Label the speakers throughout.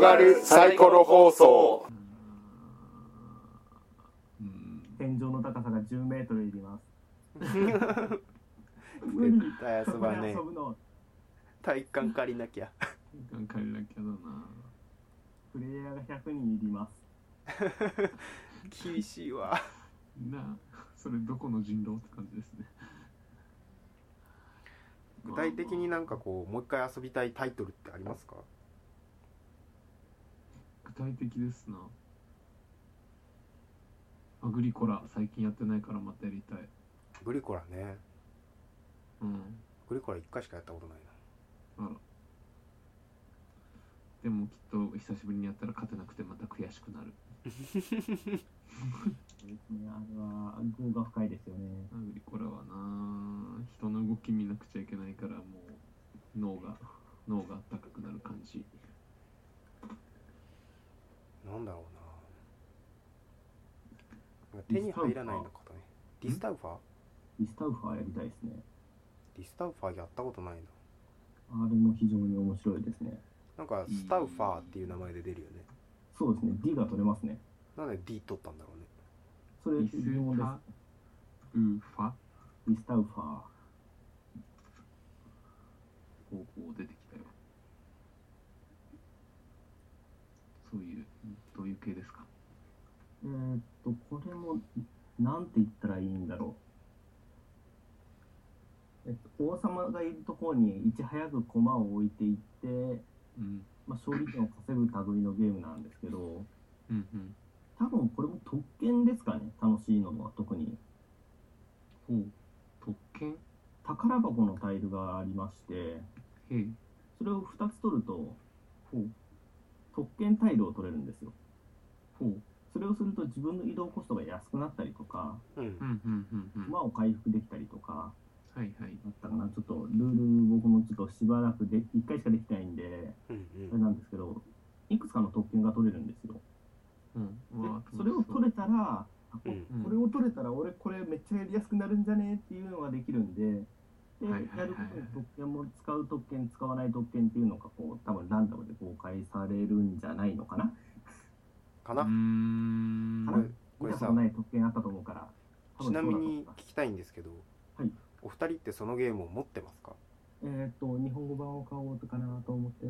Speaker 1: がるサイコロ放送
Speaker 2: 天井の高さが10メートルいります。無理。
Speaker 3: 絶対遊
Speaker 2: そこ
Speaker 3: ば
Speaker 2: で
Speaker 3: ね
Speaker 2: 遊ぶの
Speaker 3: 体育館借りなきゃ
Speaker 4: なんかあれだけどな。
Speaker 2: プレイヤーが100人いります。
Speaker 3: 厳しいわ
Speaker 4: なあ、それどこの人狼って感じですね。
Speaker 3: 具体的になんかこうもう一回遊びたいタイトルってありますか
Speaker 4: 具体的ですなアグリコラ最近やってないからまたやりたい
Speaker 3: グリコラね
Speaker 4: うん
Speaker 3: グリコラ1回しかやったことないな
Speaker 4: あらでもきっと久しぶりにやったら勝てなくてまた悔しくなる
Speaker 2: そうですね。あれは、業が深いですよね。
Speaker 4: アグリコラはな人の動き見なくちゃいけないからもう脳が脳が高くなる感じ
Speaker 3: なんだろうな手に入らないのかとねディスタウファー
Speaker 2: リスタウファーやりたいですね。
Speaker 3: ディスタウファーやったことないな
Speaker 2: あれも非常に面白いですね。
Speaker 3: なんかスタウファーっていう名前で出るよね
Speaker 2: そうですね。D が取れますね。
Speaker 3: なんで D 取ったんだろうね
Speaker 2: それ
Speaker 4: イス
Speaker 2: 疑問で
Speaker 4: タウーファ
Speaker 2: す。リスタウファー。
Speaker 4: 方向出てきたよそういうどういう系ですか
Speaker 2: えーっと、これも、なんて言ったらいいんだろう。えっと、王様がいるところにいち早く駒を置いていって、
Speaker 4: うん
Speaker 2: まあ、勝利点を稼ぐ類のゲームなんですけど、
Speaker 4: うんうん
Speaker 2: 多分これも特権ですかね、楽しいのは特に。
Speaker 4: ほう特権
Speaker 2: 宝箱のタイルがありまして、
Speaker 4: へえ
Speaker 2: それを2つ取ると、
Speaker 4: ほう
Speaker 2: 特権タイルを取れるんですよ。
Speaker 4: ほう
Speaker 2: それをすると自分の移動コストが安くなったりとか、
Speaker 3: うん
Speaker 4: うんうんうんうんは
Speaker 2: 馬を回復できたりとか、
Speaker 4: いはい
Speaker 2: だったかな、ちょっとルール、僕もちょっとしばらくで、1回しかできてないんで、
Speaker 3: うん
Speaker 2: あれなんですけど、いくつかの特権が取れるんですよ。
Speaker 4: うん
Speaker 2: で
Speaker 4: わあ
Speaker 2: それを取れたら、あこ
Speaker 3: うん
Speaker 4: うん
Speaker 2: これを取れたら、俺、これめっちゃやりやすくなるんじゃねっていうのができるんで、で
Speaker 4: はいはいはい
Speaker 2: やることに特権も使う特権、使わない特権っていうのが、こう、多分ランダムで公開されるんじゃないのかな。
Speaker 3: か
Speaker 4: うー
Speaker 3: なんこれ
Speaker 2: かな
Speaker 3: こ
Speaker 2: 見
Speaker 3: れ
Speaker 2: た
Speaker 3: さ
Speaker 2: ことない特権あったと思うから、多
Speaker 3: ち
Speaker 2: 分そ
Speaker 3: な
Speaker 2: うだと
Speaker 3: み
Speaker 2: 思い
Speaker 3: に
Speaker 2: ます
Speaker 3: 聞きたいんですけど、
Speaker 2: はい
Speaker 3: お二人ってそのゲームを持ってますか
Speaker 2: えーっと、日本語版を買おうとかなと思って。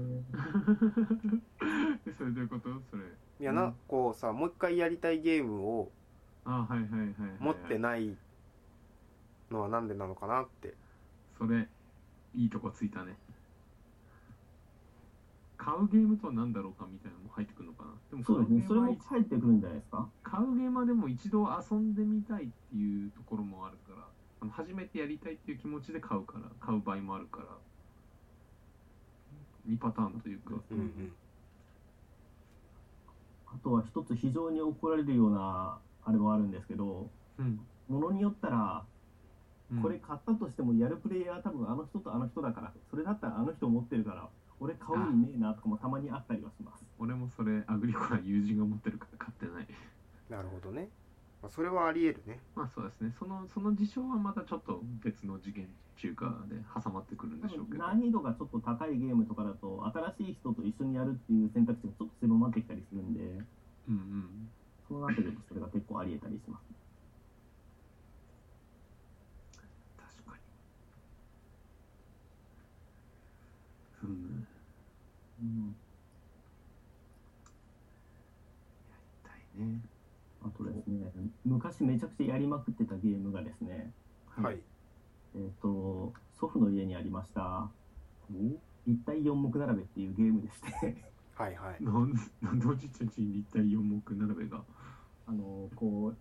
Speaker 4: え それどういうことそれ
Speaker 3: いやな、
Speaker 4: うん
Speaker 3: こうさもう一回やりたいゲームを
Speaker 4: あはいはいはいはいはい
Speaker 3: 持ってないのはなんでなのかなって
Speaker 4: それいいとこついたね買うゲームとは何だろうかみたいなのも入ってくるのかなでも
Speaker 2: そうですね、そ
Speaker 4: 買
Speaker 2: れ
Speaker 4: うゲームは
Speaker 2: も入ってくるんじゃないですか。
Speaker 4: 買うゲームはでも一度遊んでみたいっていうところもあるからあの初めてやりたいっていう気持ちで買うから買う場合もあるから2パターンというか、
Speaker 3: うん
Speaker 2: あとは一つ非常に怒られるようなあれもあるんですけど、
Speaker 4: うん
Speaker 2: ものによったら、
Speaker 4: うん
Speaker 2: これ買ったとしてもやるプレイヤーは多分あの人とあの人だから、それだったらあの人持ってるから、俺買う意味ねえなとかもたまにあったりはします。
Speaker 4: 俺もそれアグリコラ友人が持ってるから買ってない
Speaker 3: なるほどね、まあ、それはありえるね
Speaker 4: まあそうですねそのその事象はまたちょっと別の次元中華で挟まってくるん
Speaker 2: 多
Speaker 4: でしょうけ
Speaker 2: 分
Speaker 4: ど
Speaker 2: 難易度がちょっと高いゲームとかだと、新しい人と一緒にやるっていう選択肢がちょっと狭まってきたりするんで、
Speaker 4: うんうん
Speaker 2: その中でもそれが結構ありえたりします。
Speaker 4: 確かにうん
Speaker 2: うん、
Speaker 4: 痛いね
Speaker 2: あとですね、昔めちゃくちゃやりまくってたゲームがですね、
Speaker 3: はい
Speaker 2: えっ、と、祖父の家にありました、
Speaker 4: お
Speaker 2: 立体四目並べっていうゲームでして、
Speaker 3: はいはい
Speaker 4: なんで なんでおじいちゃんちに立体四目並べが
Speaker 2: あの、こ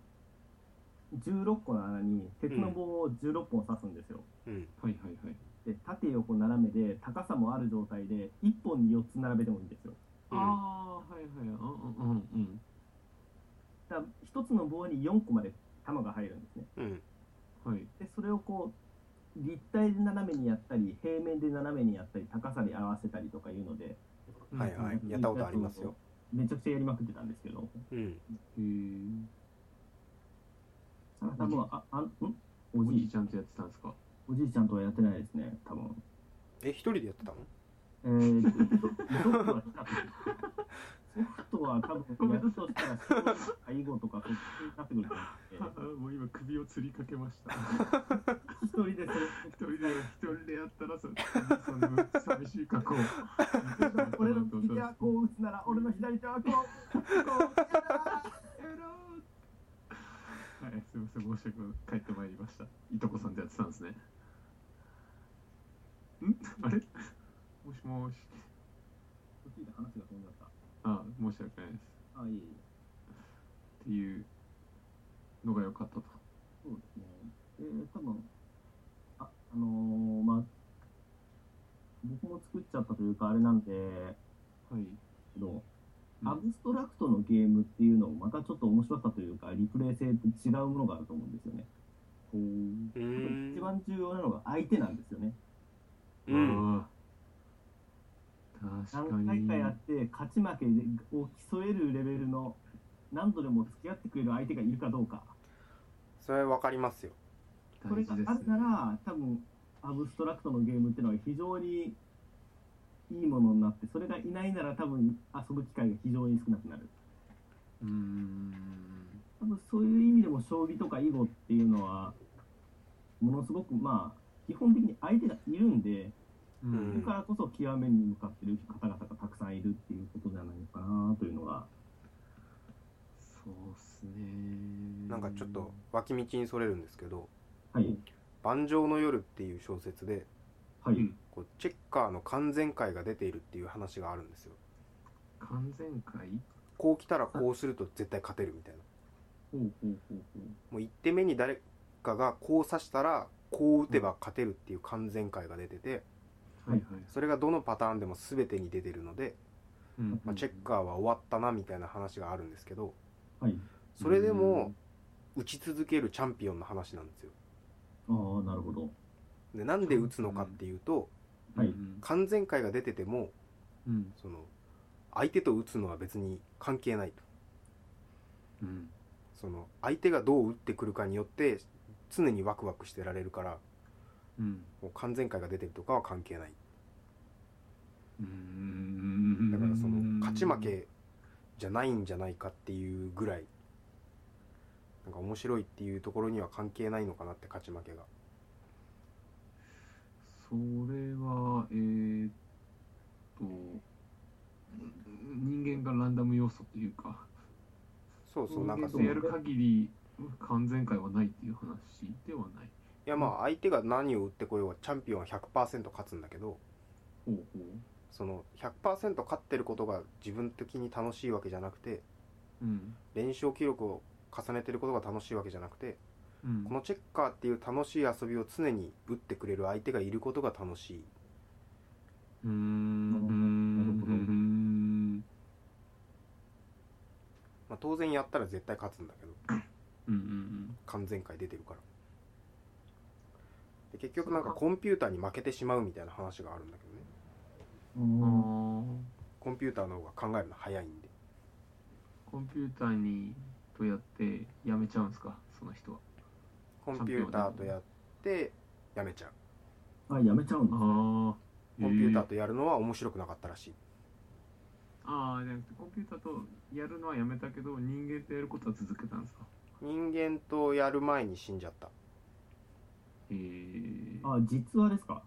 Speaker 2: う、16個の穴に鉄の棒を16本刺すんですよ。
Speaker 3: うん
Speaker 4: はいはいはい。
Speaker 2: で、縦横斜めで高さもある状態で1本に4つ並べてもいいんですよ。
Speaker 3: うん
Speaker 4: ああ、はいはい。うんうんうん
Speaker 2: だから1つの棒に4個まで玉が入るんですね。
Speaker 3: うん
Speaker 4: うん。はい。
Speaker 2: で、それをこう、立体で斜めにやったり、平面で斜めにやったり、高さに合わせたりとかいうので、
Speaker 3: はいはい
Speaker 4: うんうん
Speaker 3: やったことありますよ。
Speaker 2: めちゃくちゃやりまくってたんですけど、
Speaker 3: うん
Speaker 4: うん
Speaker 2: 多分あ、あん、んお
Speaker 4: おじ
Speaker 2: じ
Speaker 4: い
Speaker 2: い、
Speaker 4: ちゃんとやってたんですか
Speaker 2: おじいちゃんとはやってないですね、多分。
Speaker 3: え一人でやってたの
Speaker 2: えー、リゾットは来たと。リゾットは多分、やるとしたら、介護とか、そっちになってくると思うんで
Speaker 4: もう今首を吊りかけました。
Speaker 2: 一人でそれ
Speaker 4: 一人で一人でやったらそその寂しい過去を。
Speaker 2: 俺の右手はこう打つなら俺の左手はこうこう
Speaker 4: はい、すみません、申し訳ない。帰ってまいりました。いとこさんとやってたんですね。んあれもしもし。
Speaker 2: 途中で話が飛んじゃった
Speaker 4: あ申し訳ないです。
Speaker 2: あいい
Speaker 4: っていうのが良かったと。
Speaker 2: そうですねえー、多分ああのー、まあ僕も作っちゃったというかあれなんで
Speaker 4: はい。
Speaker 2: けど
Speaker 4: うん
Speaker 2: アブストラクトのゲームっていうのもまたちょっと面白さというかリプレイ性と違うものがあると思うんですよね
Speaker 4: ほう。
Speaker 3: う
Speaker 2: 一
Speaker 3: ん
Speaker 2: 番重要なのが相手なんですよね
Speaker 3: うん
Speaker 4: あー確か
Speaker 2: 何回
Speaker 4: に。
Speaker 2: かやって勝ち負けを競えるレベルの何度でも付き合ってくれる相手がいるかどうか
Speaker 3: それわかりますよ
Speaker 2: これが
Speaker 4: 大事
Speaker 2: あ
Speaker 4: です
Speaker 2: るなら多分アブストラクトのゲームっていうのは非常にいいものになってそれがいないなら多分遊ぶ機会が非常に少なくなる
Speaker 4: うーん。
Speaker 2: 多分そういう意味でも将棋とか囲碁っていうのはものすごくまあ基本的に相手がいるんで
Speaker 4: う
Speaker 2: だ
Speaker 3: ん
Speaker 2: からこそ極めに向かってる方々がたくさんいるっていうことじゃないのかなというのが
Speaker 4: そうっすね。
Speaker 3: なんかちょっと脇道にそれるんですけど
Speaker 2: はい
Speaker 3: 「盤上の夜」っていう小説で
Speaker 2: はい、
Speaker 4: うん
Speaker 3: こうチェッカーの完全解が出ているっていう話があるんですよ
Speaker 4: 完全会
Speaker 3: こう来たらこうすると絶対勝てるみたいな
Speaker 4: ほうほうほうほう。
Speaker 3: もう1手目に誰かがこう指したらこう打てば勝てるっていう完全解が出てて
Speaker 4: はいはい。
Speaker 3: それがどのパターンでも全てに出てるので、
Speaker 4: うん
Speaker 3: まあ、チェッカーは終わったなみたいな話があるんですけど
Speaker 2: はい
Speaker 3: それでも打ち続けるチャンピオンの話なんですよ
Speaker 2: ああなるほど
Speaker 3: でなんで打つのかっていうと
Speaker 4: うん、
Speaker 2: はい
Speaker 4: うん
Speaker 3: 完全解が出てても
Speaker 4: うん
Speaker 3: その相手と打つのは別に関係ないと
Speaker 4: うん
Speaker 3: その相手がどう打ってくるかによって常にワクワクしてられるから
Speaker 4: うん
Speaker 3: もう完全解が出てるとかは関係ない
Speaker 4: うん
Speaker 3: だからその勝ち負けじゃないんじゃないかっていうぐらいなんか面白いっていうところには関係ないのかなって勝ち負けが
Speaker 4: それはえー、っと人間がランダム要素というか
Speaker 3: そうそうなんか
Speaker 4: 人
Speaker 3: そ
Speaker 4: 間
Speaker 3: う
Speaker 4: で
Speaker 3: い
Speaker 4: やる限り完全会はないっていう話ではない
Speaker 3: やまあ相手が何を打ってこようがチャンピオンは100%勝つんだけど
Speaker 4: ほうほう
Speaker 3: その100%勝ってることが自分的に楽しいわけじゃなくて
Speaker 4: うん
Speaker 3: 連勝記録を重ねてることが楽しいわけじゃなくて
Speaker 4: うん
Speaker 3: このチェッカーっていう楽しい遊びを常に打ってくれる相手がいることが楽しい
Speaker 4: うんうん
Speaker 2: なるほど
Speaker 4: うん
Speaker 3: まあ当然やったら絶対勝つんだけど
Speaker 4: うんうん
Speaker 3: 完全回出てるからで結局なんかコンピューターに負けてしまうみたいな話があるんだけどね
Speaker 4: あ
Speaker 2: うん
Speaker 4: ー
Speaker 3: コンピューターの方が考えるの早いんで
Speaker 4: コンピューターにとやってやめちゃうんですかその人は
Speaker 3: コンピューターとやってやめちゃう
Speaker 2: あやめちゃうんだ
Speaker 4: ああ
Speaker 3: コンピューター
Speaker 4: ー
Speaker 3: とやるのは面白くなかったらしい
Speaker 4: ああじゃなくてコンピューターとやるのはやめたけど人間とやることは続けたんですか
Speaker 3: 人間とやる前に死んじゃった
Speaker 4: へえ
Speaker 2: あ実話ですか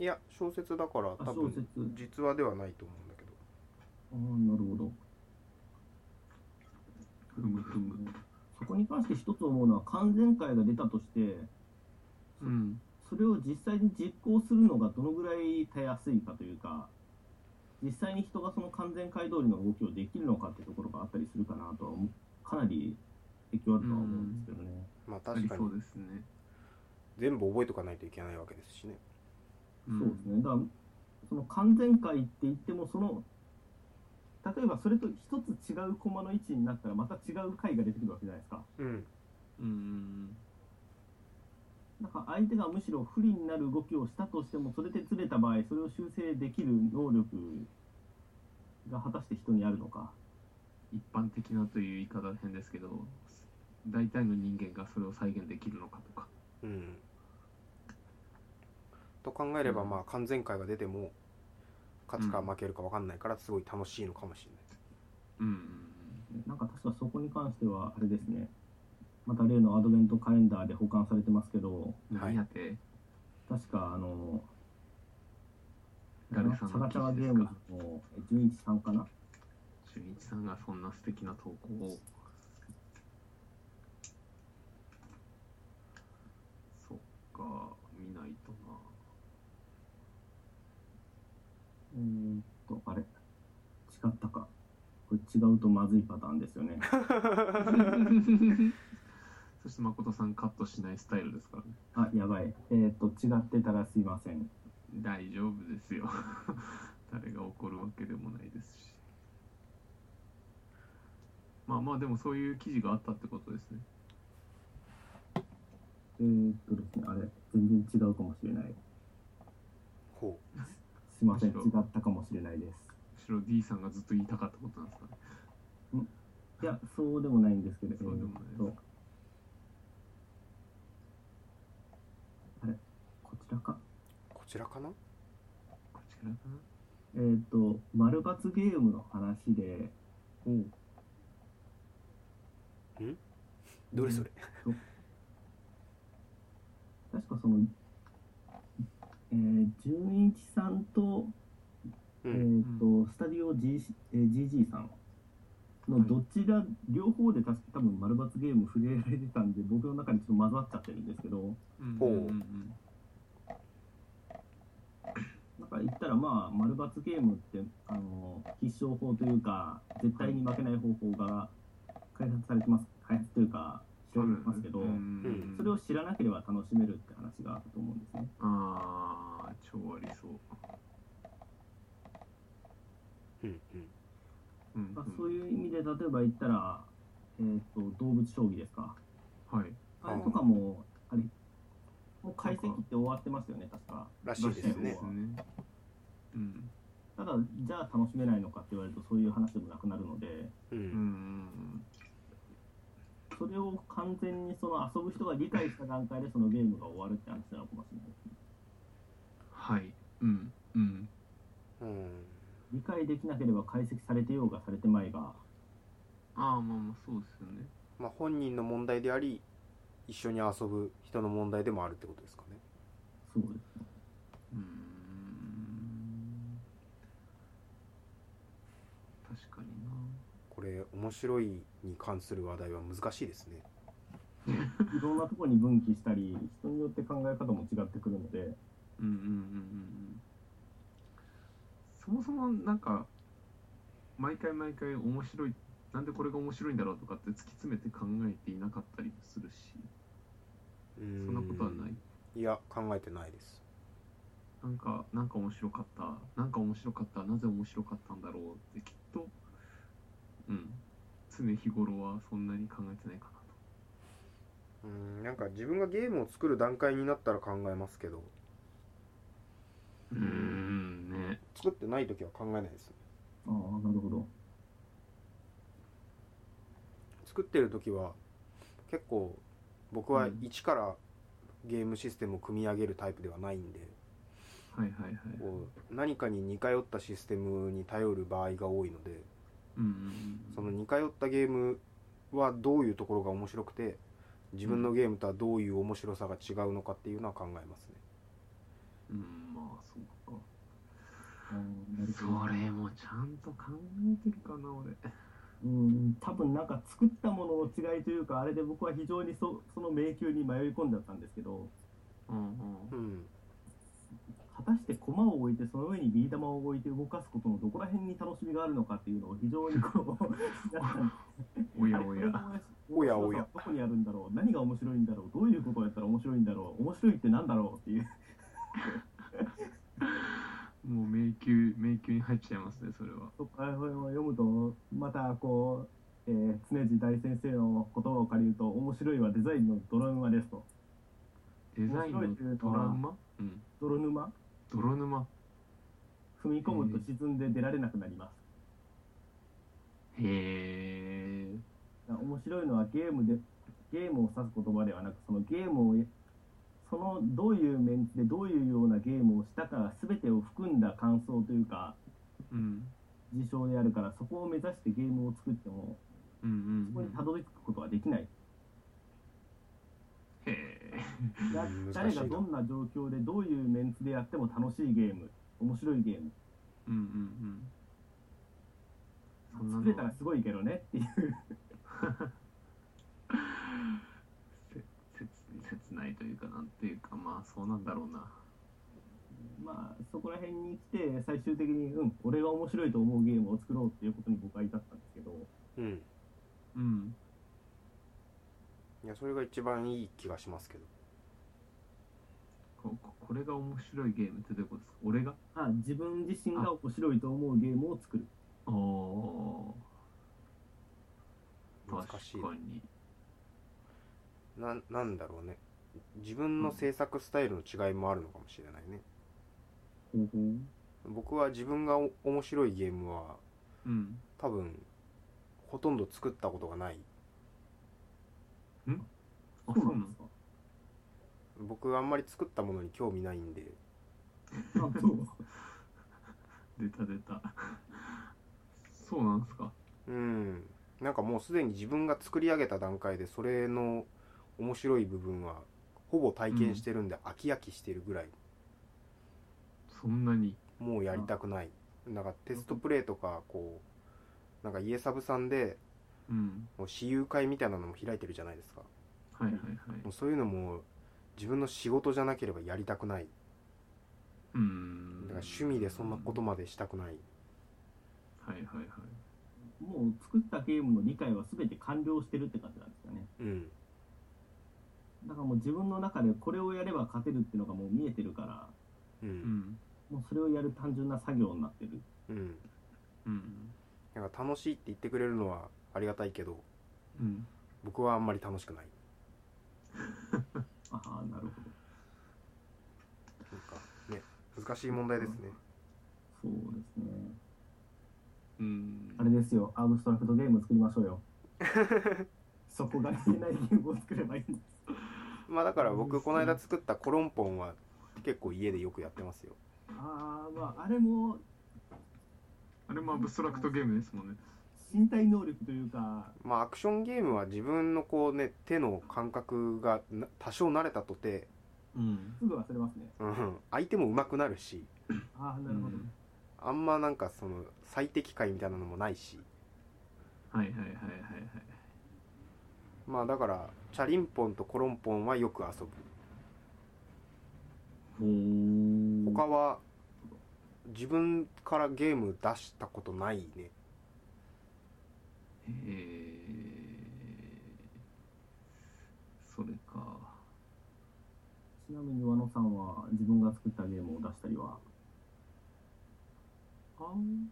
Speaker 3: いや小説だから多
Speaker 2: あ小
Speaker 3: 分
Speaker 2: 説
Speaker 3: 実話ではないと思うんだけど
Speaker 2: ああなるほど
Speaker 4: ふむふむ
Speaker 2: そこに関して一つ思うのは完全解が出たとして
Speaker 4: うん
Speaker 2: それを実際に実行するのがどのぐらいたやすいかというか実際に人がその完全解通りの動きをできるのかってところがあったりするかなとは思うかなり影響あるとは思うんですけどね、
Speaker 3: まあ確か
Speaker 4: そ
Speaker 3: に
Speaker 4: うですね
Speaker 3: 全部覚えとかないといけないわけですしね
Speaker 4: ん
Speaker 2: そうですねだからその完全解って言ってもその例えばそれと一つ違う駒の位置になったらまた違う解が出てくるわけじゃないですか
Speaker 3: うん
Speaker 4: うん
Speaker 2: なんか相手がむしろ不利になる動きをしたとしても、それでずれた場合、それを修正できる能力が果たして人にあるのか。
Speaker 4: 一般的なという言い方は変ですけど大体の人間がそれを再現できるのかとか
Speaker 3: うんと考えればまあ完全解が出ても勝つか
Speaker 4: うん
Speaker 3: 負けるか分かんないからすごい楽しいのかもしれない、
Speaker 4: うん
Speaker 2: なんか確かそこに関してはあれですねまた例のアドベントカレンダーで保管されてますけど
Speaker 4: うんうん。
Speaker 3: はい
Speaker 4: 何やって
Speaker 2: 確かあのチ
Speaker 4: 誰さん
Speaker 2: ャ
Speaker 4: の
Speaker 2: ガ
Speaker 4: 記
Speaker 2: チャガ
Speaker 4: 事
Speaker 2: ゲ
Speaker 4: で
Speaker 2: ー
Speaker 4: す
Speaker 2: ム
Speaker 4: か
Speaker 2: ズの純一さんかな
Speaker 4: 純一さんがそんな素敵な投稿をそっか見ないとな
Speaker 2: えーっとあれ違ったかこれ違うとまずいパターンですよね
Speaker 4: そして誠さんカットしないスタイルですからね
Speaker 2: あやばいえーっと違ってたらすいません
Speaker 4: 大丈夫ですよ 誰が怒るわけでもないですしまあまあでもそういう記事があったってことですね
Speaker 2: えーっとですねあれ全然違うかもしれない
Speaker 3: ほ
Speaker 2: すいません違
Speaker 4: むしろ
Speaker 2: ったかもしれないです
Speaker 4: むしろ D さんがずっと言いたかったことなんですかね
Speaker 2: いや、そうでもないんですけど、
Speaker 4: そうでも
Speaker 2: え
Speaker 4: な
Speaker 2: ー
Speaker 4: い
Speaker 2: っとあれ、こちらか。
Speaker 3: うこちらかな
Speaker 4: こっちからかな
Speaker 2: えーっ、と、丸抜ゲームの話で、
Speaker 3: どれそれ、
Speaker 2: 確かその、えー、純一さんと、
Speaker 3: う
Speaker 2: え
Speaker 3: ん
Speaker 2: ーっ、と、スタディオ G、えー GG さんのどちら、両方で確か多分丸抜ゲーム触れられてたんで、僕の中にちょっと混ざっちゃってるんですけど、
Speaker 4: うん
Speaker 3: ほう
Speaker 4: うんうん
Speaker 2: なんか言ったらまあ丸×ゲームってあの必勝法というか絶対に負けない方法が開発されてます開発というか知られてますけど、
Speaker 4: うん
Speaker 2: それを知らなければ楽しめるって話があると思うんですね。
Speaker 4: ああ超ありそう、
Speaker 3: うんうん
Speaker 4: うん
Speaker 2: まあ
Speaker 4: うん、
Speaker 2: そういう意味で例えば言ったら、えー、と動物将棋ですか
Speaker 4: はい
Speaker 2: あれとかもあれもう解析って終わってますよね確から
Speaker 3: しいですね
Speaker 4: そううん
Speaker 2: ただじゃあ楽しめないのかって言われるとそういう話でもなくなるので
Speaker 3: う
Speaker 4: うんん
Speaker 2: それを完全にその遊ぶ人が理解した段階でそのゲームが終わるって話なのかもしれないですね
Speaker 4: はいうんうん
Speaker 3: うん
Speaker 2: 理解できなければ解析されてようがされてまいが、
Speaker 4: ああまあまあそうですよね
Speaker 3: まあ、本人の問題であり一緒に遊ぶ人の問題でもあるってことですかね
Speaker 2: そうですね。
Speaker 4: うーん確かにな
Speaker 3: これ面白いに関する話題は難しいですね
Speaker 2: いろんなところに分岐したり、人によって考え方も違ってくるので、
Speaker 4: うんうんうんうんうんそもそもなんか毎回毎回面白いなんでこれが面白いんだろうとかって突き詰めて考えていなかったりもするし
Speaker 3: そ
Speaker 4: そ
Speaker 3: ん
Speaker 4: んなことはない
Speaker 3: いや考えてないです
Speaker 4: なんか、なんか面白かった、なんか面白かった、なぜ面白かったんだろうってきっと、うん、常日頃はそんなに考えてないかなと。
Speaker 3: うんなんか自分がゲームを作る段階になったら考えますけど
Speaker 4: うーん、ね。
Speaker 3: 作ってない時は考えないです
Speaker 2: ああ、なるほど。
Speaker 3: 作ってる時は結構僕は一からゲームシステムを組み上げるタイプではないんで、
Speaker 4: はいはいはい。
Speaker 3: こう何かに似通ったシステムに頼る場合が多いので
Speaker 4: うんうんうん。
Speaker 3: その似通ったゲームはどういうところが面白くて自分のゲームとはどういう面白さが違うのかっていうのは考えますね
Speaker 4: うん、まあ、そうか。
Speaker 2: ああなるほ
Speaker 4: そ
Speaker 2: ど。
Speaker 4: れもちゃんと考えてるかな、俺。
Speaker 2: うん、多分なんか作ったものの違いというか、あれで僕は非常にそその迷宮に迷い込んじゃったんですけど、
Speaker 4: うんう。
Speaker 3: うんん
Speaker 2: 果たして駒を置いて、その上にビー玉を置いて動かすことのどこら辺に楽しみがあるのかっていうのを非常にこう、
Speaker 4: おやおや。
Speaker 3: おやおや。
Speaker 2: どこにあるんだろう何が面白いんだろうどういうことをやったら面白いんだろう面白いってなんだろうっていう。
Speaker 4: もう迷宮、迷宮に入っちゃいますね、それは。
Speaker 2: そこら辺を読むと、またこう、えー常地大先生の言葉を借りると、面白いはデザインの泥沼ですと。
Speaker 4: デザインのトラウマうん。
Speaker 2: 泥沼
Speaker 4: 泥沼。
Speaker 2: 踏み込むと沈んで出られなくなります。
Speaker 4: へえ。
Speaker 2: 面白いのはゲームで、ゲームを指す言葉ではなく、そのゲームを、そのどういうメンツでどういうようなゲームをしたか全てを含んだ感想というか
Speaker 4: うん
Speaker 2: 事象であるからそこを目指してゲームを作っても
Speaker 4: うんうん
Speaker 2: そこにたどり着くことはできない
Speaker 4: へえ
Speaker 2: だ
Speaker 3: うん難
Speaker 2: 誰
Speaker 3: しい
Speaker 2: が
Speaker 3: な
Speaker 2: どんな状況でどういうメンツでやっても楽しいゲーム面白いゲーム
Speaker 4: うんうんうんそんな
Speaker 2: 作れた
Speaker 4: の
Speaker 2: らすごいけどねっていう
Speaker 4: せ切切ないというかなんていうかまあそうなんだろうな
Speaker 2: まあそこら辺に来て最終的にうん俺が面白いと思うゲームを作ろうっていうことに誤解だったんですけど
Speaker 3: うん
Speaker 4: うん
Speaker 3: いやそれが一番いい気がしますけど
Speaker 4: こここれが面白いゲームってどういうことですか俺が
Speaker 2: あ自分自身が面白いと思うゲームを作る
Speaker 4: おお
Speaker 3: 難
Speaker 4: 確
Speaker 3: しい
Speaker 4: かに
Speaker 3: ななんだろうね自分の制作スタイルの違いもあるのかもしれないね
Speaker 2: 方法
Speaker 3: 僕は自分がお面白いゲームは
Speaker 4: うん
Speaker 3: 多分ほとんど作ったことがない
Speaker 4: あ
Speaker 2: そ
Speaker 4: そうう
Speaker 2: な
Speaker 4: なんの
Speaker 2: ですか
Speaker 3: 僕はあんまり作ったものに興味ないんで
Speaker 2: あそう
Speaker 4: 出た出たそうなんですか
Speaker 3: うんなんかもうすでに自分が作り上げた段階でそれの面白い部分はほぼ体験してるんで飽き飽きしてるぐらい
Speaker 4: そんなに
Speaker 3: もうやりたくないなんかテストプレイとかこうなんか家サブさんで
Speaker 4: うん
Speaker 3: もう私有会みたいなのも開いてるじゃないですか
Speaker 4: はいはいはい
Speaker 3: もうそういうのも自分の仕事じゃなければやりたくない
Speaker 4: うん
Speaker 3: だから趣味でそんなことまでしたくない
Speaker 4: はいはいはい
Speaker 2: もう作ったゲームの理解は全て完了してるって感じなんですかね
Speaker 3: うん
Speaker 2: だからもう自分の中でこれをやれば勝てるっていうのがもう見えてるから
Speaker 3: う
Speaker 4: うんん
Speaker 2: もうそれをやる単純な作業になってる
Speaker 3: うん
Speaker 4: うん
Speaker 3: なんか楽しいって言ってくれるのはありがたいけど
Speaker 4: うん
Speaker 3: 僕はあんまり楽しくない
Speaker 2: ああなるほど
Speaker 3: なんかね難しい問題ですね
Speaker 2: そうですね
Speaker 4: うん
Speaker 2: あれですよアブストラクトゲーム作りましょ うよそこが見えないゲームを作ればいいんです
Speaker 3: まあだから僕この間作ったコロンポンは結構家でよくやってますよ
Speaker 2: ああまああれも
Speaker 4: あれもアブストラクトゲームですもんね
Speaker 2: 身体能力というか
Speaker 3: まあアクションゲームは自分のこうね手の感覚がな多少慣れたとて、
Speaker 4: うん
Speaker 2: すぐ忘れますね
Speaker 3: うん、相手も上手くなるし
Speaker 2: ああなるほど、
Speaker 4: うん
Speaker 3: あんまなんかその最適解みたいなのもないし
Speaker 4: はいはいはいはいはい
Speaker 3: まあだからチャリンポンとコロンポンはよく遊
Speaker 4: ほー
Speaker 3: ぶ他は自分からゲーム出したことないね
Speaker 4: へえそれか
Speaker 2: ちなみに和野さんは自分が作ったゲームを出したりは
Speaker 4: あん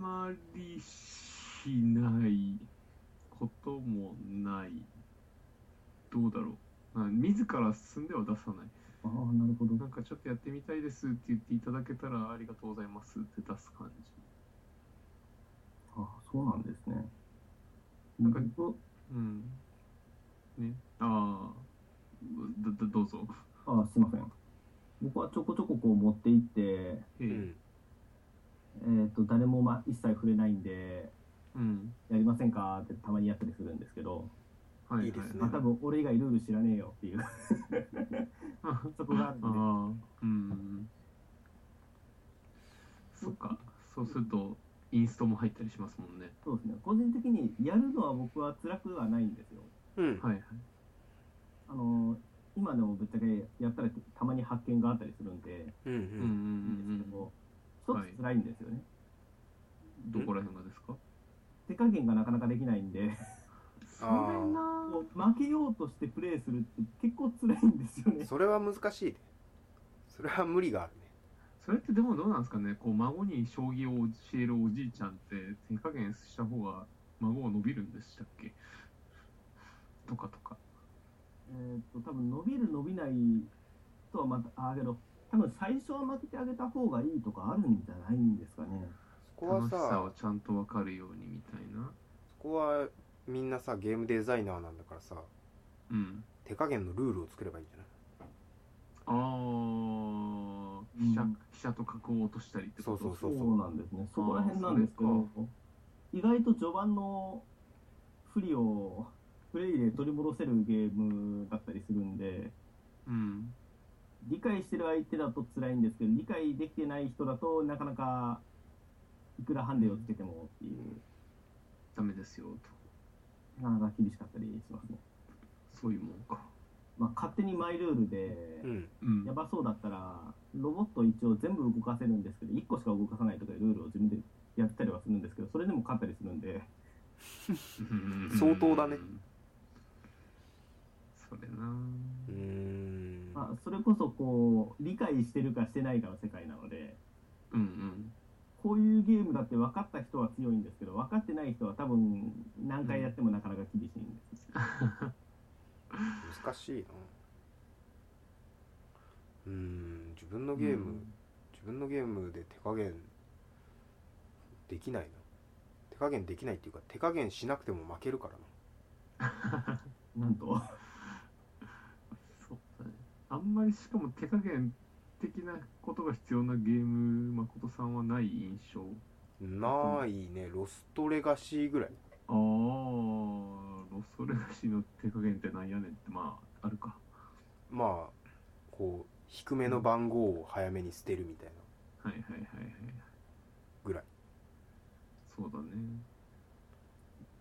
Speaker 4: まりしないこともないどうだろうあ自ら進んでは出さない
Speaker 2: ああなるほど
Speaker 4: なんかちょっとやってみたいですって言っていただけたらありがとうございますって出す感じ
Speaker 2: あそうなんですね。
Speaker 4: なんか
Speaker 2: 僕
Speaker 4: うんねああどどどうぞ
Speaker 2: あすいません。僕はちょこちょここう持っていって、
Speaker 4: へ
Speaker 3: う
Speaker 4: え
Speaker 3: ん
Speaker 2: えー、と誰も、ま、一切触れないんで、
Speaker 4: うん
Speaker 2: やりませんかってたまにやったりするんですけど、
Speaker 4: はいはい
Speaker 3: いですね
Speaker 2: まあ、多分俺以外ルール知らねえよっていうそこがあるんで
Speaker 4: ああ、うん。そっか、そうすると、インストも入ったりしますもんね。
Speaker 2: そうですね個人的にやるのは僕は辛くはないんですよ
Speaker 3: うん
Speaker 4: はいはい。
Speaker 2: あの今でもぶっちゃけやったらたまに発見があったりするんでいいんで
Speaker 3: うんう
Speaker 4: うんう
Speaker 3: ん
Speaker 4: ん
Speaker 2: すけ
Speaker 4: うんうん。
Speaker 2: ど一つ辛いんですよね、
Speaker 4: どこら辺がですか
Speaker 2: 手加減がなかなかできないんで
Speaker 4: そ
Speaker 3: あー
Speaker 4: れな
Speaker 2: こう負けようとしてプレイするって結構辛いんですよね
Speaker 3: それは難しいねそれは無理があるね
Speaker 4: それってでもどうなんですかねこう孫に将棋を教えるおじいちゃんって手加減した方が孫は伸びるんでしたっけとかとか。
Speaker 2: えーっと多分伸びる伸びないとはまたあーけど多分最初は負けてあげた方がいいとかあるんじゃないんですかね
Speaker 3: そこは
Speaker 4: 楽しさ
Speaker 3: さ
Speaker 4: をちゃんと分かるようにみたいな。
Speaker 3: そこはみんなさゲームデザイナーなんだからさ
Speaker 4: うん。
Speaker 3: 手加減のルールを作ればいいんじゃない
Speaker 4: ああ飛車飛車と角を落としたりってこと
Speaker 3: そうそう
Speaker 2: そうなんですね。そこら辺なんですけ
Speaker 4: あー
Speaker 2: ど、意外と序盤の不利をプレイで取り戻せるゲームだったりするんで、
Speaker 4: うん
Speaker 2: 理解してる相手だと辛いんですけど、理解できてない人だとなかなかいくらハンデをつけてもっていう、
Speaker 4: ダメですよと
Speaker 2: なかなか厳しかったりしますね。
Speaker 4: そういうもんか
Speaker 2: まあ、勝手にマイルールで、
Speaker 3: うん
Speaker 4: うん
Speaker 2: やばそうだったら、ロボット一応全部動かせるんですけど、1個しか動かさないとかいうルールを自分でやったりはするんですけど、それでも勝ったりするんで、
Speaker 4: うん
Speaker 3: 相当だね
Speaker 4: それな
Speaker 3: うーん
Speaker 2: まあ、それこそこう、理解してるかしてないかの世界なので、
Speaker 4: うんうん
Speaker 2: こういうゲームだって分かった人は強いんですけど、分かってない人は多分何回やってもなかなか厳しいんです。
Speaker 3: 難しいなうーん自分のゲーム、自分のゲームで手加減できないな手加減できないっていうか手加減しなくても負けるからな
Speaker 2: なんと、
Speaker 4: そうだねあんまりしかも手加減的なことが必要なゲーム誠さんはない印象
Speaker 3: ないねロストレガシーぐらい
Speaker 4: ああロソレガシーの手加減ってなんやねんってまああるか
Speaker 3: まあこう低めの番号を早めに捨てるみたいな
Speaker 4: はいはいはいはい
Speaker 3: ぐらい
Speaker 4: そうだね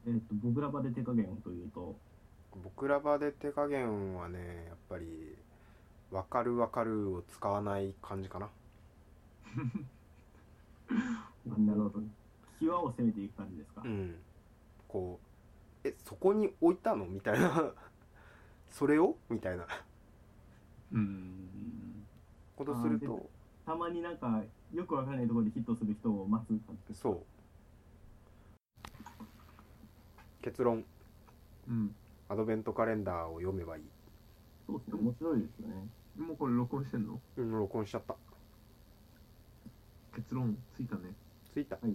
Speaker 2: えっと、僕ら場で手加減をというと、
Speaker 3: 僕ら場で手加減はねやっぱり「わかるわかる」を使わない感じかな
Speaker 2: なるほど、際を攻めていく感じですか。
Speaker 3: うんこう「えそこに置いたの?」みたいな 「それを?」みたいな
Speaker 4: うん
Speaker 3: ことすると
Speaker 2: たまになんか、よく分からないところでヒットする人を待つ感じ
Speaker 3: そう結論
Speaker 4: うん
Speaker 3: アドベントカレンダーを読めばいい、
Speaker 2: そうですね、面白いですよね。
Speaker 4: もうこれ録音してんの
Speaker 3: うん、録音しちゃった
Speaker 4: 結論ついたね
Speaker 3: ついた
Speaker 2: はい。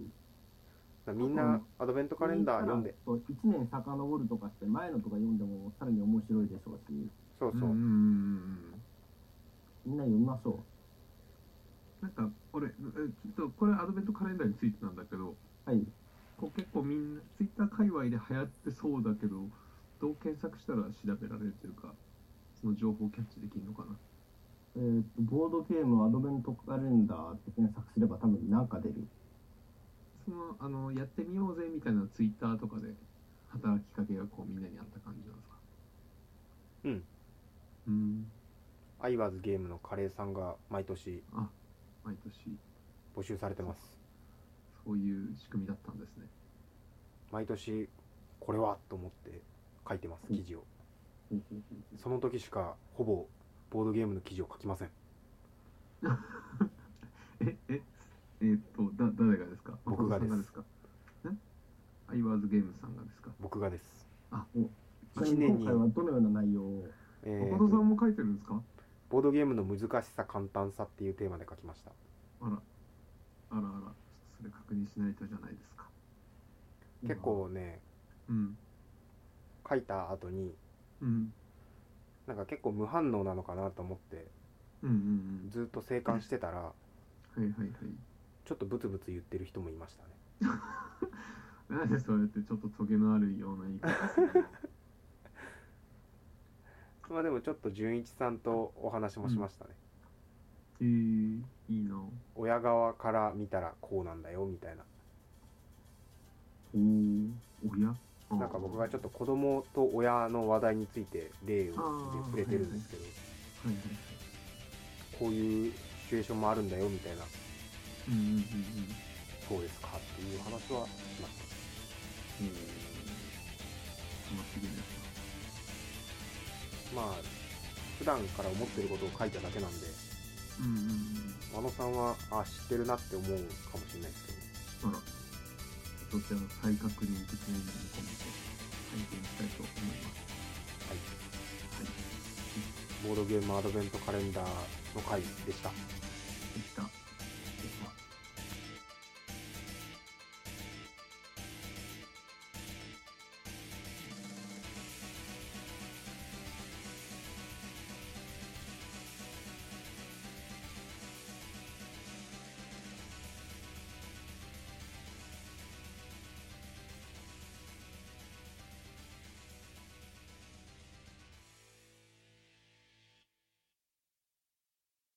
Speaker 3: みんなアドベントカレンダー読んで
Speaker 2: そう1年遡るとかして、前のとか読んでもさらに面白いでしょうし、
Speaker 3: そうそううん
Speaker 4: うんうん
Speaker 2: みんな読みましょう。
Speaker 4: なんか俺えちょっとこれアドベントカレンダーについてなんだけど
Speaker 2: はい。
Speaker 4: こう結構みんなツイッター界隈で流行ってそうだけどどう検索したら調べられるというかその情報をキャッチできるのかな
Speaker 2: えーと、ボードゲームアドベントカレンダーって検索すれば多分なんか出る。
Speaker 4: そのあのやってみようぜみたいなツイッターとかで働きかけがこうみんなにあった感じなんですか
Speaker 3: うん
Speaker 4: うん
Speaker 3: アイワーズゲームのカレーさんが毎年
Speaker 4: 毎年
Speaker 3: 募集されてます
Speaker 4: そういう仕組みだったんですね
Speaker 3: 毎年これはと思って書いてます記事をその時しかほぼボードゲームの記事を書きません
Speaker 4: えええーっとだ誰がですか
Speaker 3: 僕がです
Speaker 4: 誠さんですかえアイワーズゲームさんがですか
Speaker 3: 僕がです
Speaker 2: ちなみ
Speaker 3: 一年に
Speaker 2: 今回はどのような内容を
Speaker 3: えー
Speaker 4: 誠さんも書いてるんですか
Speaker 3: ボードゲームの難しさ簡単さっていうテーマで書きました
Speaker 4: あらあらあらそれ確認しないとじゃないですか
Speaker 3: 結構ね
Speaker 4: うん
Speaker 3: 書いた後に
Speaker 4: うん
Speaker 3: なんか結構無反応なのかなと思って
Speaker 4: うんうん
Speaker 3: ずっと静観してたら
Speaker 4: うんはいはいはい
Speaker 3: ちょっとブツブツ言ってる人もいましたね
Speaker 4: なんでそうやってちょっとトゲのあるような言い方するの
Speaker 3: まあでもちょっと純一さんとお話もしましたね、
Speaker 4: えー、いいな
Speaker 3: 親側から見たらこうなんだよみたいな
Speaker 4: おーおや
Speaker 3: なんか僕がちょっと子供と親の話題について例を
Speaker 4: あー
Speaker 3: 触れてるんですけど
Speaker 4: はいはい
Speaker 3: こういうシチュエーションもあるんだよみたいな
Speaker 4: うんうんうんうん
Speaker 3: そうですかっていう話はしまし
Speaker 4: えー楽しみです
Speaker 3: たまあ普段から思ってることを書いただけなんで
Speaker 4: なうんうん
Speaker 3: 真野
Speaker 4: うん
Speaker 3: さんはあ知ってるなって思うかもしれないですけど
Speaker 4: あらそちらの再確認的な意味も込めて拝見したいと思いま
Speaker 3: は
Speaker 4: す
Speaker 3: いボ
Speaker 4: はい
Speaker 3: ードゲームアドベントカレンダーの回でした